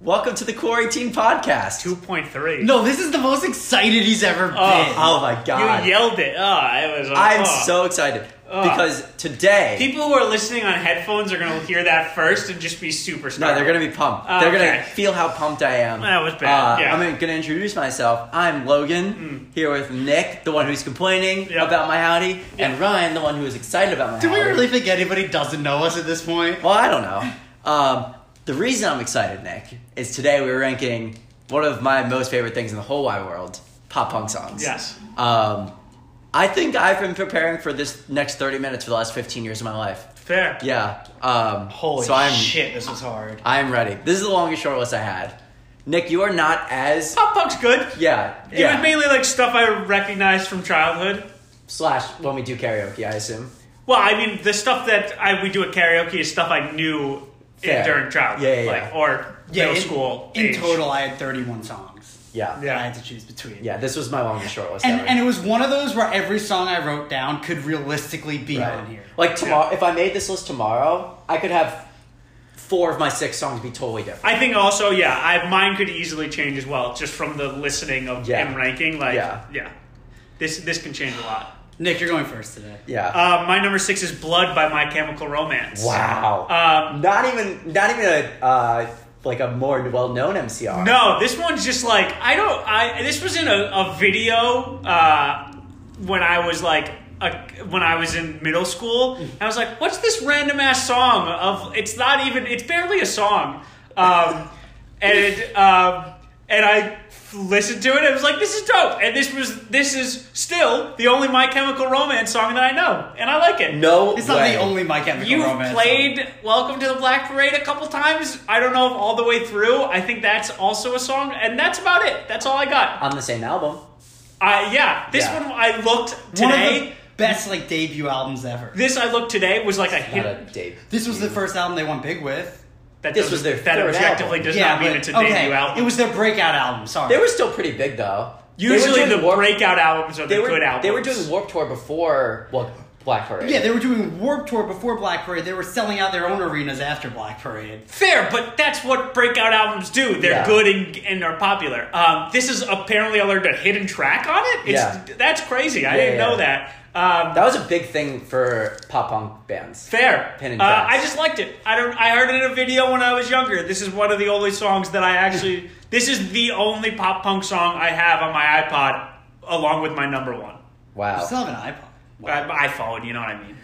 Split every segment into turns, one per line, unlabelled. Welcome to the Quarantine Podcast.
2.3.
No, this is the most excited he's ever been.
oh my
You
god.
yelled it. Oh, I was.
I'm
oh.
so excited
Oh.
because today
People who are listening on headphones are going to hear that first and just be super
No,
startled.
they're gonna be pumped.
Oh,
they're gonna
okay.
feel how pumped I am.
That was bad,
Uh,
yeah. Mm.
I'm gonna introduce myself. I'm Logan here with Nick, the one who's complaining
Yep.
about my howdy, and
Yeah.
Ryan, the one who is excited about my
Do we
howdy.
really think anybody doesn't know us at this point?
Well, I don't know. Um, the reason I'm excited, Nick, is today we're ranking one of my most favorite things in the whole wide world: pop punk songs.
Yes.
Um, I think I've been preparing for this next 30 minutes for the last 15 years of my life.
Fair.
Yeah. Um,
Holy
so I'm,
shit, this was hard.
I'm ready. This is the longest short list I had. Nick, you are not as
Pop punk's good.
yeah
It
yeah
was mainly like stuff I recognized from childhood.
slash when we do karaoke, I assume.
Well, I mean, the stuff that I we do at karaoke is stuff I knew
Fair.
in, during childhood,
Yeah, yeah,
like
yeah.
or middle
in,
school.
In
age.
total, I had 31 songs
Yeah.
Yeah.
that I had to choose between.
Yeah, This was my longest short list.
And,
ever.
and it was one of those where every song I wrote down could realistically be
Right.
on here.
Like tomorrow, if I made this list tomorrow, I could have four of my six songs be totally different.
I think also, yeah, I mine could easily change as well, just from the listening of
Yeah.
and ranking. Like,
Yeah.
yeah. this this can change a lot.
Nick, you're going first today.
yeah.
Uh, my number six is "Blood" by My Chemical Romance.
wow.
uh,
Um,
not even not even a uh, like a more well known MCR.
No, this one's just like I don't. I this was in a, a video uh, when I was like a, when I was in middle school.
Mm.
I was like, "What's this random ass song?" Of it's not even. It's barely a song. Um, and um, and I listened to it. and I was like, "This is dope." And this was this is still the only My Chemical Romance song that I know, and I like it.
no.
It's not
way.
the only My Chemical
You've
Romance song.
played Welcome to the Black Parade a couple times. I don't know if all the way through. I think that's also a song, and that's about it. That's all I got.
on the same album.
I yeah, this
Yeah.
one I looked
One of
today.
the best like debut albums ever.
this I looked today was like a
Not
hit.
a Dave.
This was the first album they went big with.
That
this
does-
was their
that
third
objectively
album.
does not mean
but-
it's a
okay,
debut album.
It was their breakout album. Sorry.
They were still pretty big though. They were
usually
doing
the
Warped-
breakout albums are the
They were
good albums.
they were doing Warp Tour before well, Black Parade.
yeah, they were doing Warp Tour before Black Parade. They were selling out their own arenas after Black Parade.
Fair, but that's what breakout albums do. They're
Yeah.
good and, and are popular. Um, this is apparently I learned a hidden track on it. It's,
Yeah.
that's crazy. I
Yeah,
didn't
yeah.
know that. Um,
that was a big thing for pop punk bands.
Fair.
Pen and
Uh,
tracks.
I just liked it. I don't. I heard it in a video when I was younger. This is one of the only songs that I actually. this is the only pop punk song I have on my iPod, along with my number one.
Wow.
I still have an iPod.
I, iPhone, you know what I mean.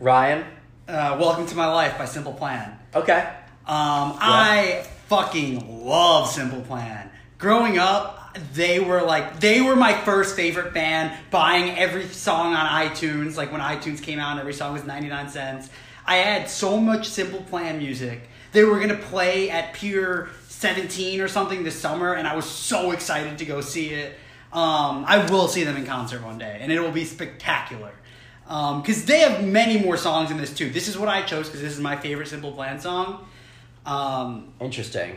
Ryan.
Uh, Welcome to My Life by Simple Plan.
Okay.
Um, I fucking love Simple Plan. Growing up, they were like they were my first favorite band. Buying every song on iTunes, like when iTunes came out, and every song was ninety nine cents. I had so much Simple Plan music. They were gonna play at Pier Seventeen or something this summer, and I was so excited to go see it. Um, I will see them in concert one day, and it will be spectacular. Because they have many more songs in this too. This is what I chose because this is my favorite Simple Plan song. Um,
Interesting.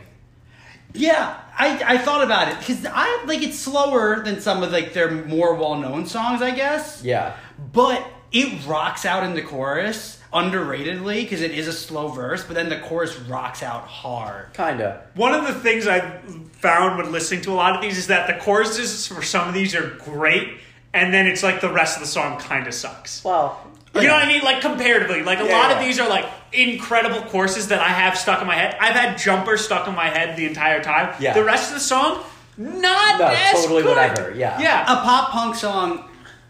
yeah, I, I thought about it because I like it's slower than some of like their more well known songs, I guess.
Yeah.
But it rocks out in the chorus underratedly because it is a slow verse, but then the chorus rocks out hard.
Kinda.
One of the things I found when listening to a lot of these is that the choruses for some of these are great, and then it's like the rest of the song kind of sucks.
Well.
You know what I mean? Like comparatively, like a
Yeah,
lot
yeah.
of these are like incredible courses that I have stuck in my head. I've had jumper stuck in my head the entire time.
Yeah.
The rest of the song, not
No,
as
totally
good.
whatever, yeah.
Yeah.
A pop punk song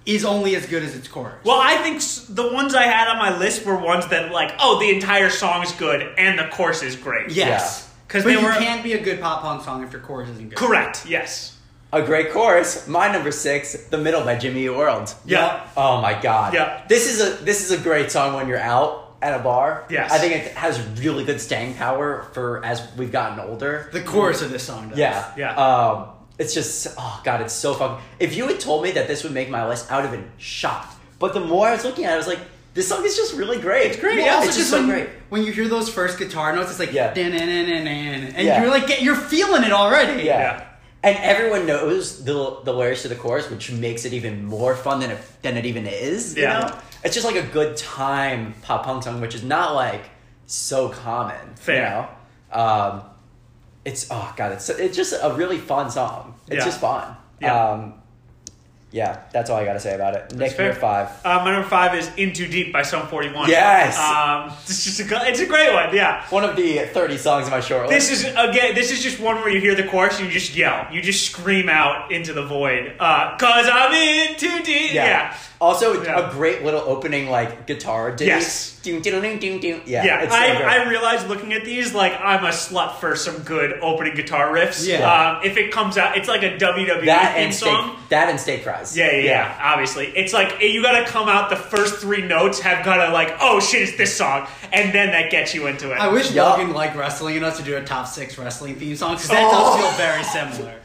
is only as good as its chorus.
well, I think s- the ones I had on my list were ones that like, oh, the entire song's good and the course is great.
yes.
Yeah. 'Cause
But
they
you
were-
can't be a good pop punk song if your chorus isn't good.
Correct. Yes.
A great chorus. My number six, "The Middle" by Jimmy Eat World.
Yeah.
Oh my god.
Yeah.
This is a this is a great song when you're out at a bar.
Yes.
I think it has really good staying power for as we've gotten older.
The chorus of this song does.
Yeah.
Yeah.
Um, it's just oh god, it's so fucking. If you had told me that this would make my list, I would have been shocked. But the more I was looking at, it, I was like, this song is just really great. It's
Well,
Yeah,
also
it's
just
just so
when,
great.
when you hear those first guitar notes, it's like
Yeah.
"Da-na-na-na-na," and
Yeah.
you're like get, you're feeling it already.
Yeah.
Yeah.
And everyone knows the the lyrics to the chorus, which makes it even more fun than it than it even is. You
Yeah.
know? It's just like a good time pop punk song, which is not like so common.
Fair.
You know? Um it's oh god, it's it's just a really fun song. It's
Yeah.
just fun.
Yeah.
Um, yeah, that's all I gotta say about it. Nick,
fair.
number five.
Uh, my number five is "In Too Deep" by Sum Forty One.
Yes.
um, it's just a, gl- it's a great one. Yeah,
One of the thirty songs in my short list.
this is again, this is just one where you hear the chorus and you just yell, you just scream out into the void, uh, "Cause I'm in too deep." Yeah, yeah.
Also,
Yeah.
a great little opening like guitar. Ditty.
Yes.
Ding, ding, ding, ding, ding. Yeah. It's so
I,
good.
I realize looking at these, like I'm a slut for some good opening guitar riffs.
Yeah.
Um, if it comes out, it's like a WWE
that
theme
and steak,
song.
that and steak fries.
Yeah, yeah, yeah, obviously. It's like eh, you gotta come out the first three notes, have gotta like, oh shit, it's this song, and then that gets you into it.
I wish
Yeah.
Logan liked wrestling enough to do a top six wrestling theme song because that
Oh.
does feel very similar.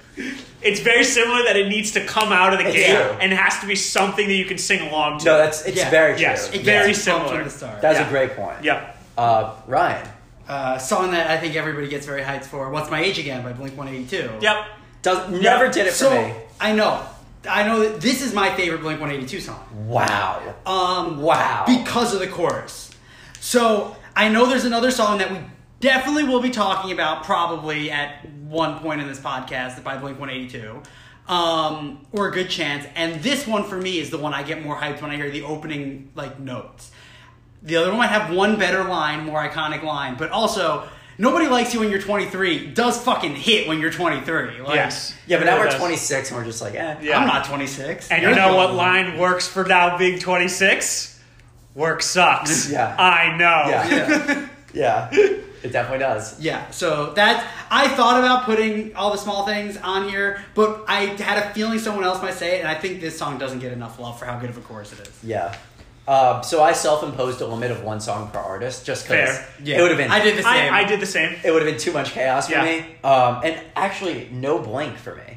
it's very similar that it needs to come out of the
It's
gate
true.
and has to be something that you can sing along to.
No, that's it's
Yeah.
very true.
Yes.
It
Very
gets you pumped
similar.
From the start.
That's
Yeah.
a great point.
yeah.
Uh, Ryan,
uh, song that I think everybody gets very hyped for. What's my age again by Blink One Eighty Two.
Yep.
does never did it for
So
me.
I know, I know that this is my favorite Blink One Eighty Two song.
Wow.
Um,
Wow.
because of the chorus. So I know there's another song that we definitely will be talking about probably at one point in this podcast by Blink 182. Um, or a good chance. And this one for me is the one I get more hyped when I hear the opening like notes. The other one might have one better line, more iconic line, but also nobody likes you when you're 23 does fucking hit when you're 23. Like,
Yes.
yeah, but now
Really
we're
does.
26 and we're just like, eh.
Yeah.
I'm not 26.
And you
You're
know what
young.
line works for now being 26? Work sucks.
Yeah.
I know.
Yeah.
Yeah.
Yeah. It definitely does.
Yeah, so that's I thought about putting all the small things on here, but I had a feeling someone else might say it, and I think this song doesn't get enough love for how good of a chorus it is.
Yeah. Uh, so I self-imposed a limit of one song per artist just because
Fair.
Yeah.
it would have been
I did the
I,
same.
I did the same.
it would have been too much chaos for
Yeah.
me. Um, and actually, no blink for me,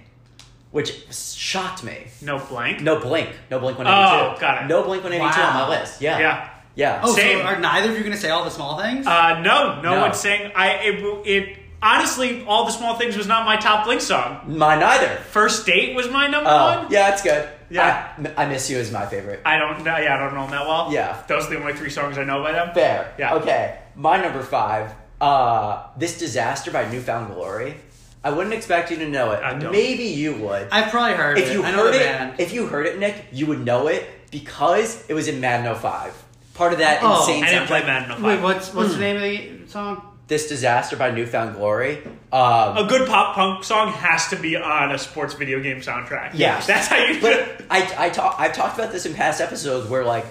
which shocked me.
No blank.
No blink, no blink one eighty two.
Oh, got it.
No blink one eighty two
Wow.
on my list. Yeah,
Yeah.
yeah.
Oh,
Same.
so are neither of you going to say all the small things?
Uh, no, no,
No.
one's saying. I it, it honestly, all the small things was not my top Blink song.
Mine either.
First date was my number
Oh,
one.
yeah, it's good.
Yeah.
I, I miss you is my favorite.
I don't know. Yeah, I don't know them that well.
Yeah.
those are the only three songs I know by them.
Fair.
Yeah.
Okay. My number five. Uh, this disaster by Newfound Glory. I wouldn't expect you to know it.
I don't.
Maybe you would.
I've probably heard
if
it.
you
I know
heard
the
it,
band.
if you heard it, Nick, you would know it because it was in Madden 05. Part of that
Oh,
insane
I didn't
soundtrack.
play Madden 05.
Wait, what's what's the name of the song?
This disaster by Newfound Glory. Um,
A good pop punk song has to be on a sports video game soundtrack.
Yes.
that's how you.
but I, I talk, I've talked about this in past episodes where like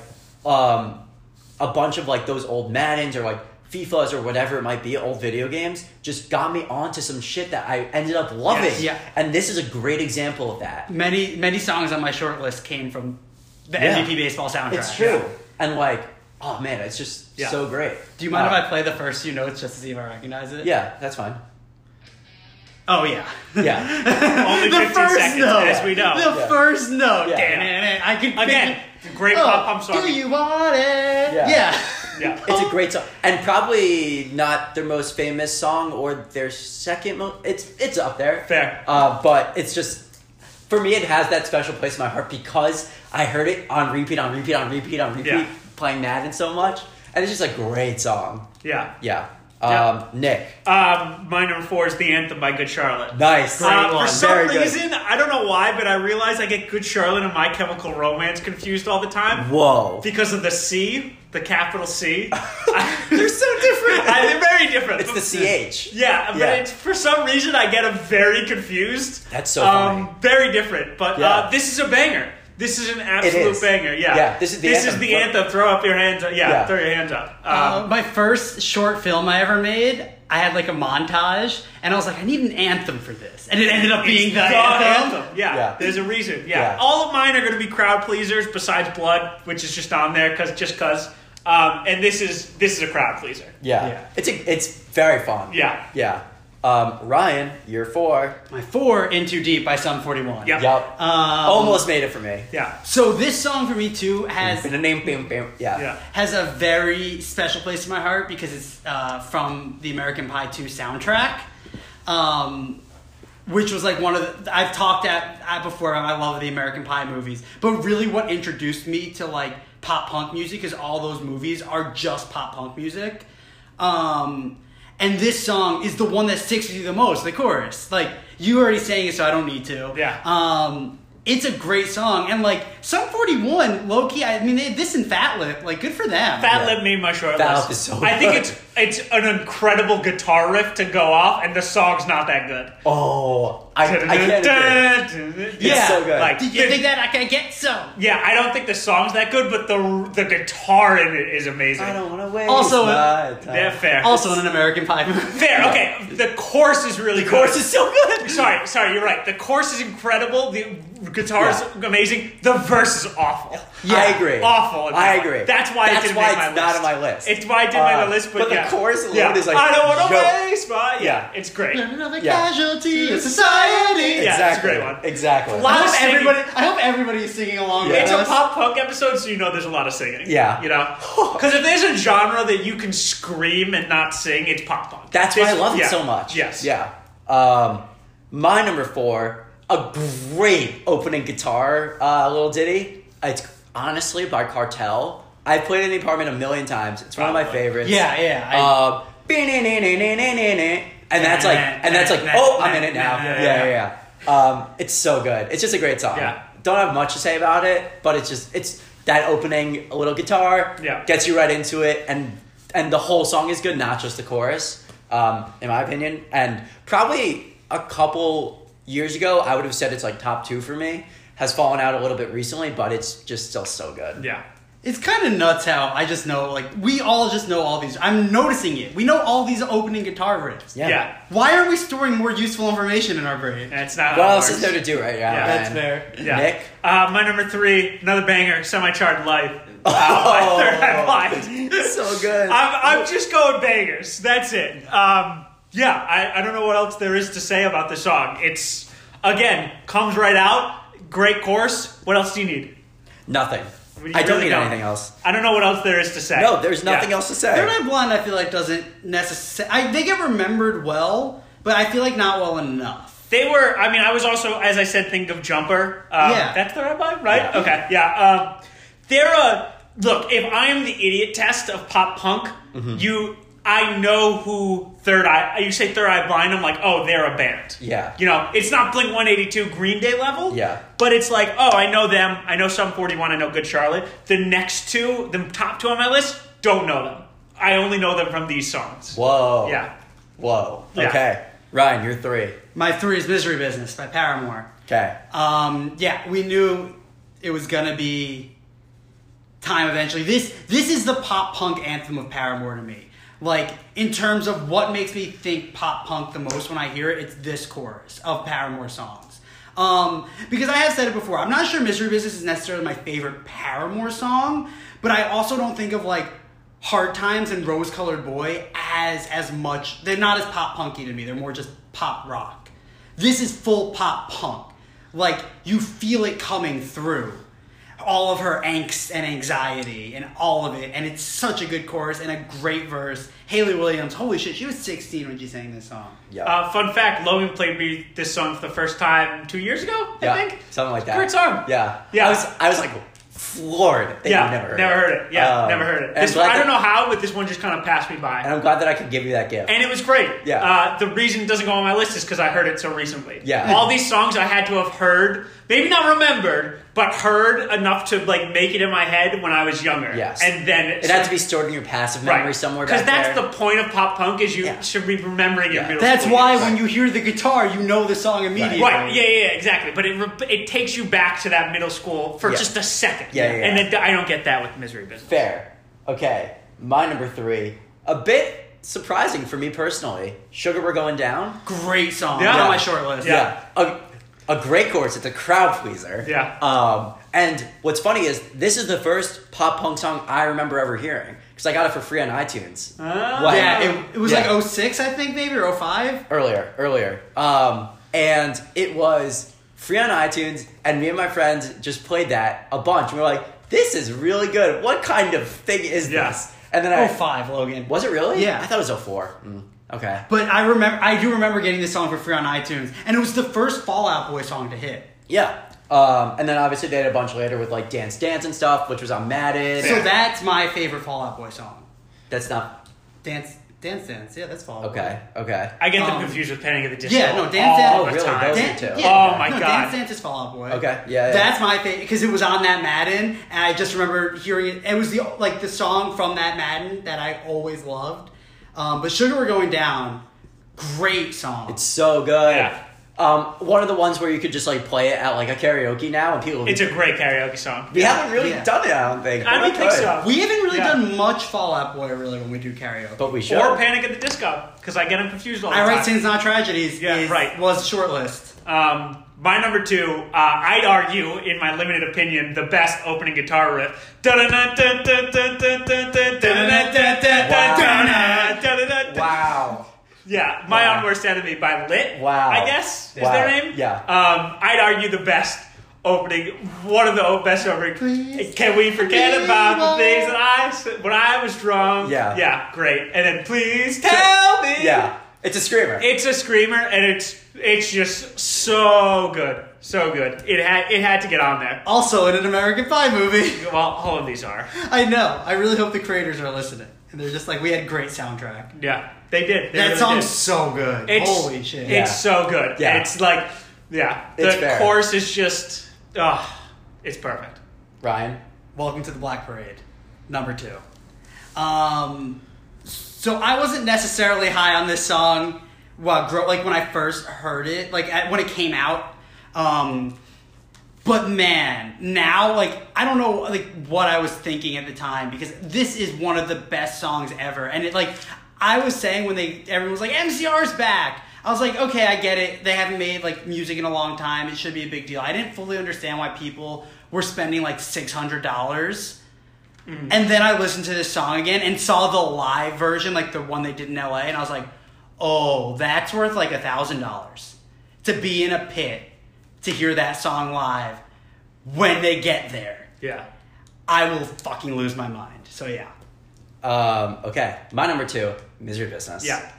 um, a bunch of like those old Maddens or like FIFAs or whatever it might be, old video games, just got me onto some shit that I ended up loving.
Yes.
Yeah.
And this is a great example of that.
Many many songs on my short list came from the
Yeah.
MVP baseball soundtrack.
It's true. And like, oh man, it's just
Yeah.
so great.
Do you mind
Uh,
if I play the first few notes just to see if I recognize it?
Yeah, that's fine.
Oh yeah.
Yeah.
only
the
15
first
seconds,
note.
as we know.
The
Yeah.
first note.
Yeah.
Damn it. I can
Again, great pop punk song.
Do you want it?
Yeah.
yeah.
it's a great song. And probably not their most famous song or their second most. It's, it's up there.
Fair.
Uh, but it's just for me, it has that special place in my heart because I heard it on repeat, on repeat, on repeat, on repeat,
Yeah.
playing Madden so much, and it's just a great song.
Yeah.
Yeah, um,
Yeah.
Nick,
Um, my number four is the anthem by Good Charlotte.
nice,
Uh,
Great one.
For some
Very good.
reason, I don't know why, but I realize I get Good Charlotte and My Chemical Romance confused all the time
Whoa,
because of the C, the capital C.
they're so different.
I, they're very different.
it's the ch.
Yeah, but
Yeah.
It's, for some reason I get them very confused. Um,
That's so funny.
Very different, but
Yeah.
uh, this is a banger. This is an absolute
is.
banger. Yeah.
Yeah, this is the
this
anthem.
is the anthem. Throw up your hands. Up. Yeah,
Yeah. Uh-huh.
throw your hands up.
Uh,
Um,
my first short film I ever made, I had like a montage, and I was like, I need an anthem for this, and it ended up being the,
the
anthem.
Yeah,
Yeah.
there's a reason. Yeah.
Yeah.
all of mine are going to be crowd pleasers besides Blood, which is just on there because just because. Um, and this is this is a crowd pleaser.
Yeah.
Yeah.
it's a, it's very fun.
Yeah.
yeah. Um, Ryan, you're four.
My four in too deep by Sum Forty One.
Yep.
Yup, almost made it for me.
Yeah,
So this song for me too has
Been a name, bam, bam. Yeah,
yeah.
has a very special place in my heart because it's uh, from the American Pie 2 soundtrack, um, which was like one of the, I've talked at, at before about my love of the American Pie movies, but really what introduced me to like pop punk music is all those movies are just pop punk music. Um, and this song is the one that sticks with you the most, the chorus. Like you already sang it, so I don't need to.
Yeah.
Um, it's a great song, and like Sum 41, low key. I mean, they, this and Fat Lip, like good for them.
Fat
Yeah.
Lip made my short
Fat
list.
Lip is so
I think
good.
it's it's an incredible guitar riff to go off, and the song's not that good.
Oh, I, I can't. agree.
Yeah,
It's so good.
Like,
Did you think that I can get so?
yeah, I don't think the song's that good, but the the guitar in it is amazing.
I don't want to waste
Also,
my time.
Yeah, fair.
Also, in an American Pie movie.
fair. Okay, the chorus is really
the
good.
chorus is so good.
Sorry, sorry, you're right. The chorus is incredible. The guitar is
Yeah.
amazing. The verse is awful.
Yeah, I agree.
Awful. in
I
that one.
agree.
That's why it
That's
didn't
why
make
it's
my
not
list.
on my list.
It's why it didn't make
Uh,
my list, but,
but the
yeah.
chorus alone
yeah.
is like,
I don't want
yo.
to waste my. Yeah, it's great.
Another
Yeah.
casualty of society.
Yeah, that's a
exactly.
great one.
Exactly.
Lot-
I hope
I'm singing.
everybody. I hope everybody's singing along.
Yeah.
with
It's a
us.
pop punk episode, so you know there's a lot of singing.
Yeah.
You know? Because if there's a genre that you can scream and not sing, it's pop punk.
That's why I
This-
love
yeah.
it so much.
Yes.
Yeah. Um, my number four, a great opening guitar uh, little ditty. It's honestly by Cartel. I've played it in the apartment a million times. It's one of my
Probably.
favorites.
Yeah, yeah. I-
Um, and that's like, and that's like, oh, I'm in it now.
Yeah,
Yeah,
yeah,
yeah, yeah. Um, it's so good. It's just a great song.
Yeah.
Don't have much to say about it, but it's just it's that opening a little guitar
Yeah.
gets you right into it, and and the whole song is good, not just the chorus. Um, in my opinion, and probably a couple years ago, I would have said it's like top two for me. Has fallen out a little bit recently, but it's just still so good.
Yeah.
It's kind of nuts how I just know, like, we all just know all these. I'm noticing it. We know all these opening guitar riffs.
Yeah.
Yeah.
Why aren't we storing more useful information in our brain?
That's not
What
how it
else is
works.
there to do right now?
Yeah.
That's
man?
fair.
Yeah.
Nick?
Uh, my number three, another banger, Semi Charred Life. Uh, my third Eye Blind.
Oh. so good.
I'm, I'm just going bangers. That's it. Um, yeah, I, I don't know what else there is to say about the song. It's, again, comes right out. Great course. What else do you need?
Nothing.
You
I don't
really
need anything else.
I don't know what else there is to say.
No, there's nothing
Yeah.
else to say.
Third Eye Blind, I feel like, doesn't necessarily. They get remembered well, but I feel like not well enough.
They were. I mean, I was also, as I said, thinking of Jumper. Um,
Yeah.
that's the rabbi, right?
Yeah.
Okay, yeah. Um, they're a look. If I am the idiot test of pop punk,
Mm-hmm.
you, I know who Third Eye. You say Third Eye Blind. I'm like, oh, they're a band.
Yeah.
You know, it's not Blink 182, Green Day level.
Yeah.
But it's like, oh, I know them. I know some 41. I know Good Charlotte. The next two, the top two on my list, don't know them. I only know them from these songs.
Whoa.
Yeah.
Whoa.
Yeah.
Okay. Ryan, you're three.
My three is Misery Business by Paramore.
Okay.
Uh,
Um, yeah, we knew it was gonna be time eventually. This this is the pop punk anthem of Paramore to me. Like in terms of what makes me think pop punk the most when I hear it, it's this chorus of Paramore songs. Um, because I have said it before, I'm not sure Misery Business is necessarily my favorite Paramore song, but I also don't think of like Hard Times and Rose Colored Boy as as much. They're not as pop punky to me. They're more just pop rock. This is full pop punk. Like you feel it coming through. All of her angst and anxiety and all of it. And it's such a good chorus and a great verse. Haley Williams, holy shit, she was 16 when she sang this song.
Yeah.
Uh, fun fact: Logan played me this song for the first time two years ago. I
yeah.
think
Something like that.
Great song.
Yeah.
Yeah.
I was, I was like floored that
yeah.
you never heard it.
Yeah,
Um,
never heard it.
and I'm
This,
glad
I don't
that-
know how, but this one just kind of passed me by,
And I'm glad that I could give you that gift.
and it was great.
Yeah.
Uh, the reason it doesn't go on my list is because I heard it so recently.
Yeah.
All these songs I had to have heard, maybe not remembered, but heard enough to like make it in my head when I was younger.
Yes.
And then
it had to be stored in your passive memory somewhere.
Because
back
that's
there.
the point of pop punk is you
Yeah.
should be remembering your
Yeah.
middle
That's
school
why
years.
when you hear the guitar, you know the song immediately.
Right. Yeah, yeah, yeah, exactly. But it re- it takes you back to that middle school for
Yeah.
just a second.
Yeah, yeah, yeah.
And then I don't get that with misery business.
Fair. Okay. My number three. A bit surprising for me personally. Sugar, we're going down.
Great song.
Yeah.
It's on my short list.
Yeah.
Yeah. A, a great chorus. It's a crowd pleaser.
Yeah.
Um, and what's funny is this is the first pop punk song I remember ever hearing because I got it for free on iTunes.
Oh.
Like-
Yeah, it, it was
Yeah.
like 06, I think, maybe, or 05.
earlier, earlier. Um, and it was free on iTunes, and me and my friends just played that a bunch. And we were like, this is really good. What kind of thing is
Yeah. Oh,
this? And then I.
05, Logan.
Was it really?
Yeah.
I thought it was 04. Mm, okay.
But I remember, I do remember getting this song for free on iTunes, and it was the first Fallout Boy song to hit.
Yeah. Um, and then obviously they had a bunch later with like Dance Dance and stuff, which was on Madden.
So that's my favorite Fallout Boy song.
That's not.
Dance, Dance Dance. Yeah, that's Fall Out
Okay, okay.
I get them
Um,
confused with Panic at the Disco.
yeah, no, Dance Dance.
all
Oh,
the
really?
time.
Those
Dan-
two.
Oh my
no,
God.
Dance Dance is Fall Out Boy.
Okay, yeah, yeah.
That's my favorite because it was on that Madden, and I just remember hearing it. It was the like the song from that Madden that I always loved. Um, but Sugar We're Going Down, great song.
It's so good.
Yeah.
Um, one of the ones where you could just like play it at like a karaoke now and people.
It's a great karaoke song.
we haven't really
Yeah.
done it. I don't think.
I
but we
don't think
could.
so.
we haven't really
Yeah.
done much Fall Out Boy really when we do karaoke.
But we should.
Or Panic at the Disco because I get them confused all the
I
time.
write sins not tragedies.
Yeah,
is-
right.
Was shortlist.
Um, my number two, uh, I'd argue, in my limited opinion, the best opening guitar riff. Wow.
Wow.
Yeah, My
Wow.
Own Worst Enemy by Lit.
Wow.
I guess is
Wow.
their name.
Yeah.
Um, I'd argue the best opening, one of the o- best opening.
Please.
Can we forget
Please,
about
Lord.
the things that I said when I was drunk?
Yeah.
Yeah, great. And then please tell me.
Yeah. It's a screamer.
It's a screamer, and it's it's just so good, so good. It had it had to get on there.
Also in an American Pie movie.
Well, all of these are.
I know. I really hope the creators are listening. And they're just like, we had great soundtrack.
Yeah, they did. They
that
really
song's
did.
so good.
It's,
Holy shit.
It's
Yeah.
so good.
Yeah.
it's like yeah. The
It's fair.
chorus is just oh, it's perfect.
Ryan.
Welcome to the Black Parade, number two. Um, so I wasn't necessarily high on this song. Well, grow, like when I first heard it, like at, when it came out. Um, but man, now like I don't know like what I was thinking at the time because this is one of the best songs ever, and it like I was saying when they everyone was like MCR's back. I was like, okay, I get it. They haven't made like music in a long time. It should be a big deal. I didn't fully understand why people were spending like six hundred dollars and then I listened to this song again and saw the live version, like the one they did in LA, and I was like, oh, that's worth like a thousand dollars to be in a pit to hear that song live when they get there.
Yeah.
I will fucking lose my mind. So yeah.
Um, okay. My number two, Misery Business.
Yeah.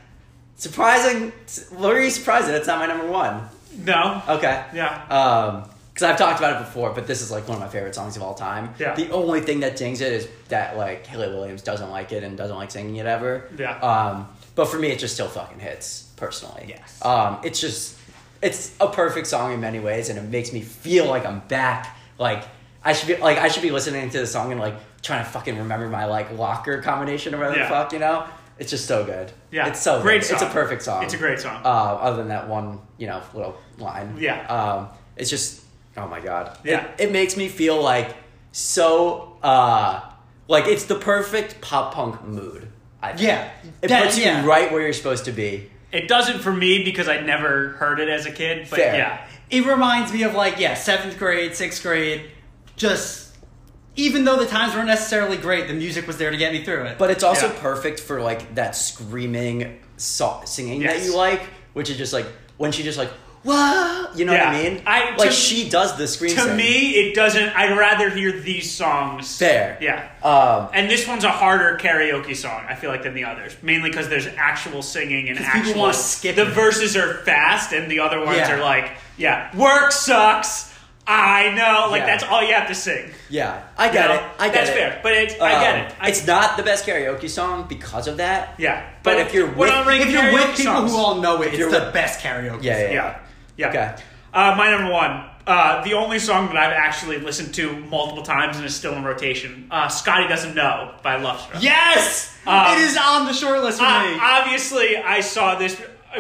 Surprising. Very surprised that it's not my number one.
No.
Okay.
Yeah.
Um, because I've talked about it before, but this is like one of my favorite songs of all time.
Yeah.
The only thing that dings it is that like Haley Williams doesn't like it and doesn't like singing it ever.
Yeah.
Um, but for me, it just still fucking hits personally.
Yes.
Um, it's just it's a perfect song in many ways, and it makes me feel like I'm back. Like I should be like I should be listening to the song and like trying to fucking remember my like locker combination or whatever
Yeah.
the fuck you know. It's just so good.
Yeah.
It's so
Great
good. It's
song.
a perfect song.
It's a great song.
Uh, other than that one, you know, little line.
Yeah.
Um, it's just, oh my god. It-
Yeah.
It, makes me feel like so, uh, like it's the perfect pop punk mood. I think.
Yeah.
It
That-
puts
yeah.
you right where you're supposed to be.
It doesn't for me because I never heard it as a kid. But
Fair.
yeah.
It reminds me of like, yeah, seventh grade, sixth grade, just even though the times weren't necessarily great, the music was there to get me through it.
But it's also
Yeah.
perfect for like that screaming so- singing
Yes.
that you like, which is just like when she just like, whoa, you know what I
Yeah.
mean?
I-
like
to-
she does the scream.
To
sing.
me, it doesn't. I'd rather hear these songs.
fair.
Yeah.
Um,
And this one's a harder karaoke song, I feel like, than the others. Mainly because there's actual singing and
'Cause people
actual.
wanna skip
the
it.
verses are fast, and the other ones
Yeah.
are like, yeah, work sucks. I know. Like
Yeah.
that's all you have to sing.
yeah, I get
You
it.
know?
I get
that's
it.
fair, but it's, I
Um,
get it. I,
it's not the best karaoke song because of that.
yeah.
but if you're
we're
with-
not ranking
if you're
karaoke
with people
songs.
who all know it,
you're
it's the
with-
best karaoke.
Yeah, yeah,
song.
Yeah. Yeah.
Okay.
Uh, my number one. Uh, the only song that I've actually listened to multiple times and is still in rotation. Uh, Scotty Doesn't Know by Lustra.
Yes!
Um,
Uh,
it is on the short list for me.
I, obviously, I saw this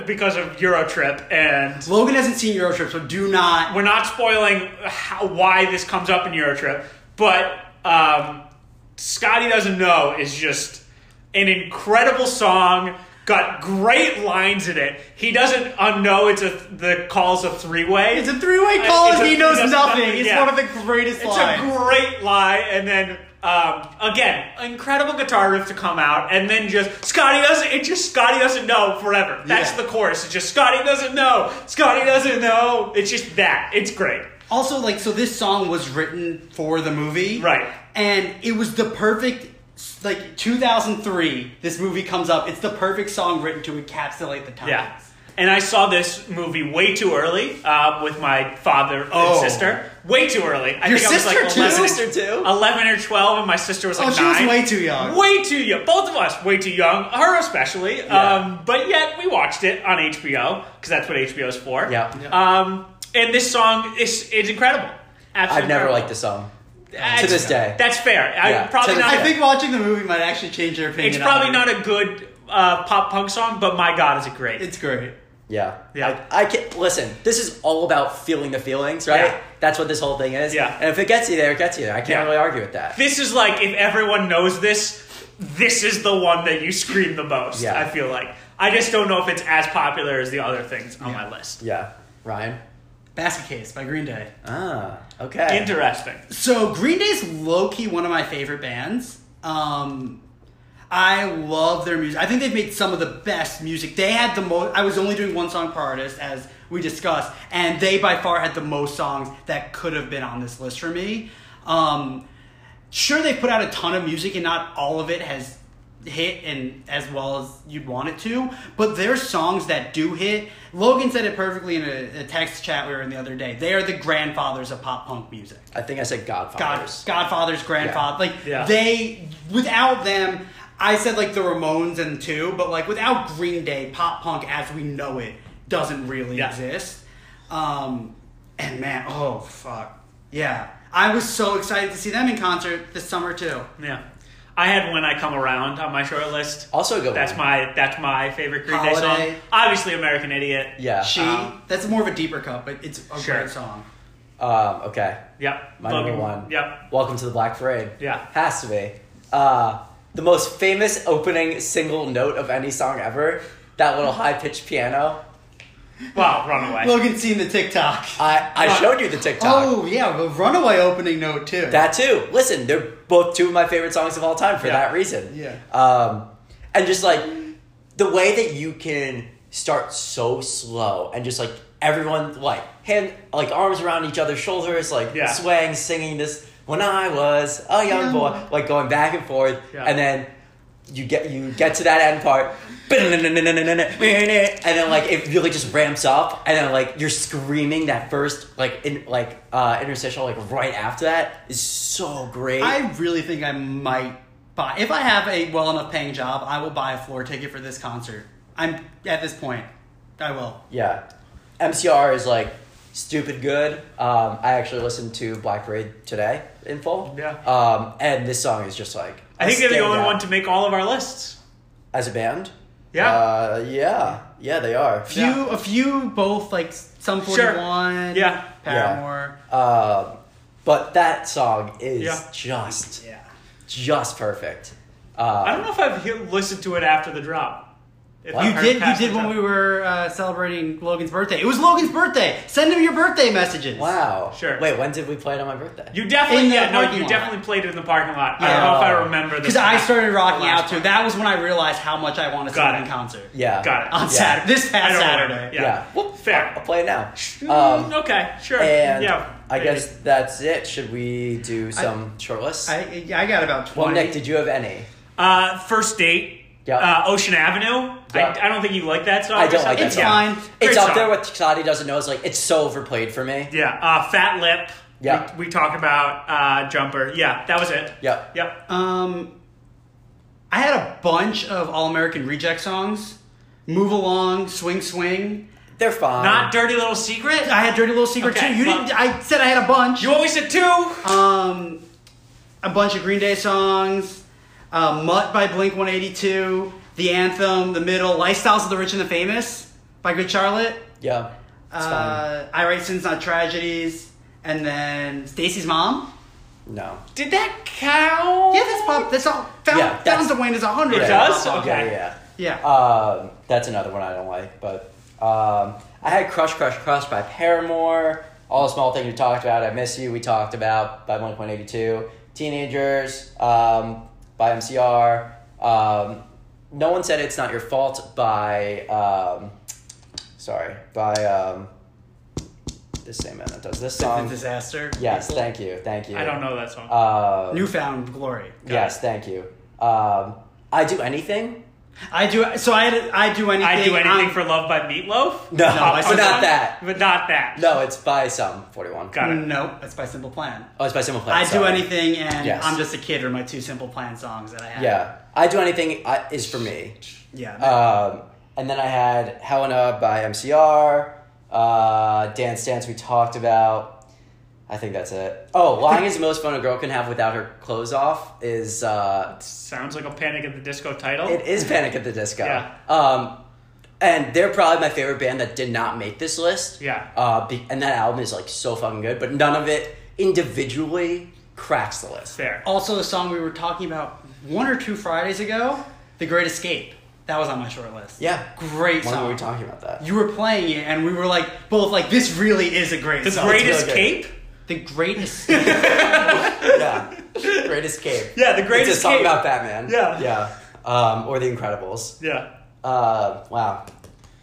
because of Eurotrip, and
Logan hasn't seen Eurotrip, so do not.
we're not spoiling how, why this comes up in Eurotrip, but um, Scotty Doesn't Know is just an incredible song. Got great lines in it. He doesn't uh, know it's a the call's a three way.
It's a three-way call,
It's
and
a-
he knows
he knows
nothing.
nothing,
It's
yeah.
one of the greatest
It's
lines.
a great lie, and then um, again, incredible guitar riff to come out, and then just Scotty doesn't. It just Scotty doesn't know forever. That's the
Yeah.
chorus. It's just Scotty doesn't know. Scotty doesn't know. It's just that. It's great.
also, like, so this song was written for the movie,
Right.
And it was the perfect, like, 2003. This movie comes up. It's the perfect song written to encapsulate the times.
Yeah. And I saw this movie way too early uh, with my father
Oh.
and sister. Way too early. I
Your
think I
sister
was
too?
like 11,
Sister too?
11 or 12, and my sister was like
Oh, she was
nine.
way too young.
Way too young. Both of us way too young. Her especially.
Yeah.
Um, but yet we watched it on HBO because that's what HBO's for.
Yeah.
Um, and this song is is incredible. Absolutely
I've never
incredible.
liked the song.
That's-
to this day.
That's fair. I
Yeah,
probably
to this
not.
day.
I think watching the movie might actually change your opinion.
it's
on
probably
it.
not a good uh, pop punk song, but my God, is it great?
It's great.
Yeah.
Yeah.
I, I can listen. This is all about feeling the feelings, right?
Yeah.
That's what this whole thing is.
Yeah.
And if it gets you there, it gets you there. I can't
Yeah.
really argue with that.
this is like if everyone knows this, this is the one that you scream the most.
Yeah.
I feel like I just don't know if it's as popular as the other things on
Yeah.
my list.
Yeah. Ryan.
Basket Case by Green Day.
Ah. Okay.
Interesting.
So Green Day's low key one of my favorite bands. Um, I love their music. I think they've made some of the best music. They had the most. I was only doing one song per artist, as we discussed, and they by far had the most songs that could have been on this list for me. Um, sure, they put out a ton of music, and not all of it has hit and as well as you'd want it to. But there's songs that do hit. Logan said it perfectly in a, a text chat we were in the other day. They are the grandfathers of pop punk music.
I think I said
God,
Godfathers.
Godfather's grandfather. Like
Yeah.
they, without them, I said like the Ramones and two, but like without Green Day, pop punk as we know it doesn't really
Yeah.
exist. Um, and man, oh fuck, yeah, I was so excited to see them in concert this summer too.
Yeah, I had when I come around on my short list.
Also a good.
That's
one.
my that's my favorite Green Day
Holiday.
song. Obviously, American Idiot.
Yeah.
She,
Um,
that's more of a deeper cut, but it's a
Sure.
great song.
Um, okay.
Yep.
My
Logan-
number one.
Yep.
Welcome to the Black Parade.
Yeah.
Has to be. Uh, the most famous opening single note of any song ever. That little high pitched piano.
Wow. Runaway.
Logan's seen the TikTok. Uh,
I, I
Fuck.
showed you the TikTok.
Oh yeah, the Runaway opening note too.
That too. Listen, they're both two of my favorite songs of all time for
Yeah.
that reason.
Yeah.
Um, and just like the way that you can start so slow and just like everyone like hand like arms around each other's shoulders, like
Yeah.
swaying, singing this when I was a young
Yeah.
boy, like going back and forth,
Yeah.
and then you get you get to that end part. And then like it really just ramps up, and then like you're screaming that first like in like uh interstitial like right after that is so great.
I really think I might buy if I have a well enough paying job, I will buy a floor ticket for this concert. I'm at this point. I will.
Yeah. MCR is like stupid good. Um, I actually listened to Black Parade today in full.
Yeah.
Um, and this song is just like.
I think they're the
standout.
only one to make all of our lists.
As a band?
Yeah.
Uh, yeah. Yeah, they are.
Few
Yeah.
a few both like some
Sure.
forty one.
Yeah.
Paramore.
Um, but that song is
Yeah.
just,
Yeah.
just perfect.
I
Uh,
don't know if I've he- listened to it after the drop. If
Wow.
I
You
heard
did. You
past
did
the
when
drop.
we were uh, celebrating Logan's birthday. It was Logan's birthday. Send him your birthday messages.
wow.
Sure.
Wait, when did we play it on my birthday?
You definitely.
In the
Yeah. No.
parking
You
lot.
definitely played it in the parking lot. I
Yeah.
don't know if I remember this.
Because I started rocking
The last
out too.
one.
That was when I realized how much I want to see
Got
them in
it.
concert.
yeah.
Got it.
On
Yeah.
Saturday. This
I
past
don't
Saturday.
remember.
Yeah.
Yeah.
Whoop,
Fair.
I'll play it now.
Mm,
Um,
okay. Sure.
and
yeah.
I
maybe.
guess that's it. Should we do some short lists?
I I got about
Well,
twenty.
Nick, did you have any?
Uh, first date.
Yeah.
Uh, Ocean Avenue.
Yeah.
I, I don't think you like that song.
I
or
don't like
something.
that
It's
song.
fine.
Great
It's up
song.
there with Sadi doesn't know. It's like it's so overplayed for me.
Yeah. Uh, Fat Lip.
Yeah.
We, we talked about uh, Jumper. Yeah, that was it.
Yeah.
Yep.
Um, I had a bunch of All American Reject songs. Move along, swing, swing.
They're fine.
Not Dirty Little Secret.
I had Dirty Little Secret
Okay,
too. You
well-
didn't. I said I had a bunch.
You always said two.
Um, a bunch of Green Day songs. Uh, Mutt by Blink One Eighty Two. The anthem, the middle, lifestyles of the rich and the famous by Good Charlotte.
yeah. It's fine.
Uh, I write sins not tragedies, and then Stacy's mom.
No.
Did that count?
Yeah, that's pop. That's all. Found,
Yeah, that's-
Found to Wayne is a hundred.
It does?
Pop punk.
Okay.
Yeah,
Yeah.
yeah. Um, that's another one I don't like. But um, I had Crush, Crush, Crush by Paramore. All the small things we talked about. I miss you. We talked about by Blink One Eighty Two. Teenagers um, by MCR. Um, no one said it's not your fault by. Um, sorry, by um, this same man that does this
the
song.
disaster.
Yes,
people.
thank you, thank you.
I don't know that song.
Uh,
Newfound glory.
yes, thank you. Um, I do anything
I do. So I I do anything. um,
I do anything
I'm-
for love by
No,
Meatloaf.
No, I
but
said
not
that.
that.
but not that.
No, it's by some forty one.
got it.
No, that's by Simple Plan.
Oh, it's by Simple Plan.
I do
sorry.
anything, and
Yes.
I'm just a kid. Are my two Simple Plan songs that I have.
Yeah, I do anything uh, is for me.
yeah.
Um, and then I had Helena by MCR. Uh, Dance Dance we talked about. I think that's it. Oh, lying is the most fun a girl can have without her clothes off is uh,
Sounds like a Panic at the Disco title.
it is Panic at the Disco.
Yeah.
Um, and they're probably my favorite band that did not make this list.
Yeah.
Uh, be- and that album is like so fucking good, but none of it individually cracks the list.
Fair.
also, the song we were talking about one or two Fridays ago, "The Great Escape," that was on my short list.
Yeah.
Great
When
song.
were we talking about that?
you were playing it, and we were like, both like, this really is a great
The
song.
Great
really good.
Escape.
the Great Escape.
yeah. Great Escape.
Yeah, the Great
It's a song
Escape.
about Batman.
Yeah.
Yeah. Um, or The Incredibles.
Yeah.
Uh, wow.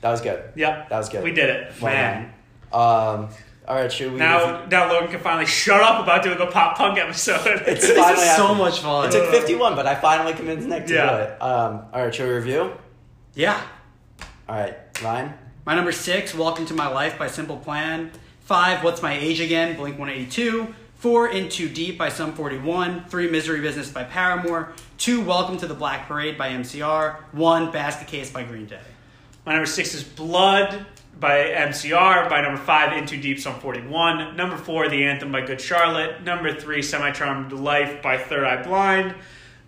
That was good.
Yep.
That was good.
We did it,
Well
man.
done. Um, all right, should we?
Now, now Logan can finally shut up about doing a pop punk episode.
It's
this
finally
is so
happened.
much fun.
It took 51, but I finally convinced Nick to
Yeah.
do it. Um, all right, should we review?
yeah.
All right, Ryan.
My number six, Welcome to My Life by Simple Plan. Five, What's My Age Again, Blink 182. Four, In Too Deep by Sum 41. Three, Misery Business by Paramore. Two, Welcome to the Black Parade by MCR. One, Basket Case by Green Day.
My number six is Blood by MCR. By number five, Into Deep Song 41. Number four, The Anthem by Good Charlotte. Number three, Semi Charmed Life by Third Eye Blind.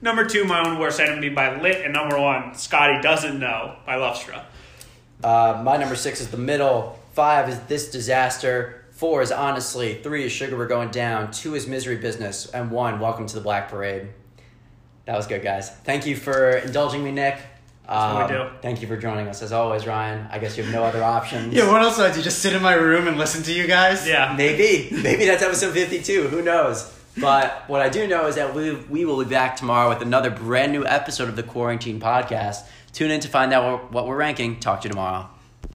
Number two, My Own Worst Enemy by Lit. And number one, Scotty Doesn't Know by Lustra.
Uh, my number six is the middle. Five is this disaster. Four is honestly. Three is sugar. We're going down. Two is misery business. And one, welcome to the black parade. That was good, guys. Thank you for indulging me, Nick.
what we
Um,
do.
Thank you for joining us as always, Ryan. I guess you have no other options.
Yeah, what else do I do? Just sit in my room and listen to you guys?
Yeah.
Maybe. Maybe that's episode 52. Who knows? But what I do know is that we, we will be back tomorrow with another brand new episode of the Quarantine Podcast. Tune in to find out what, what we're ranking. Talk to you tomorrow.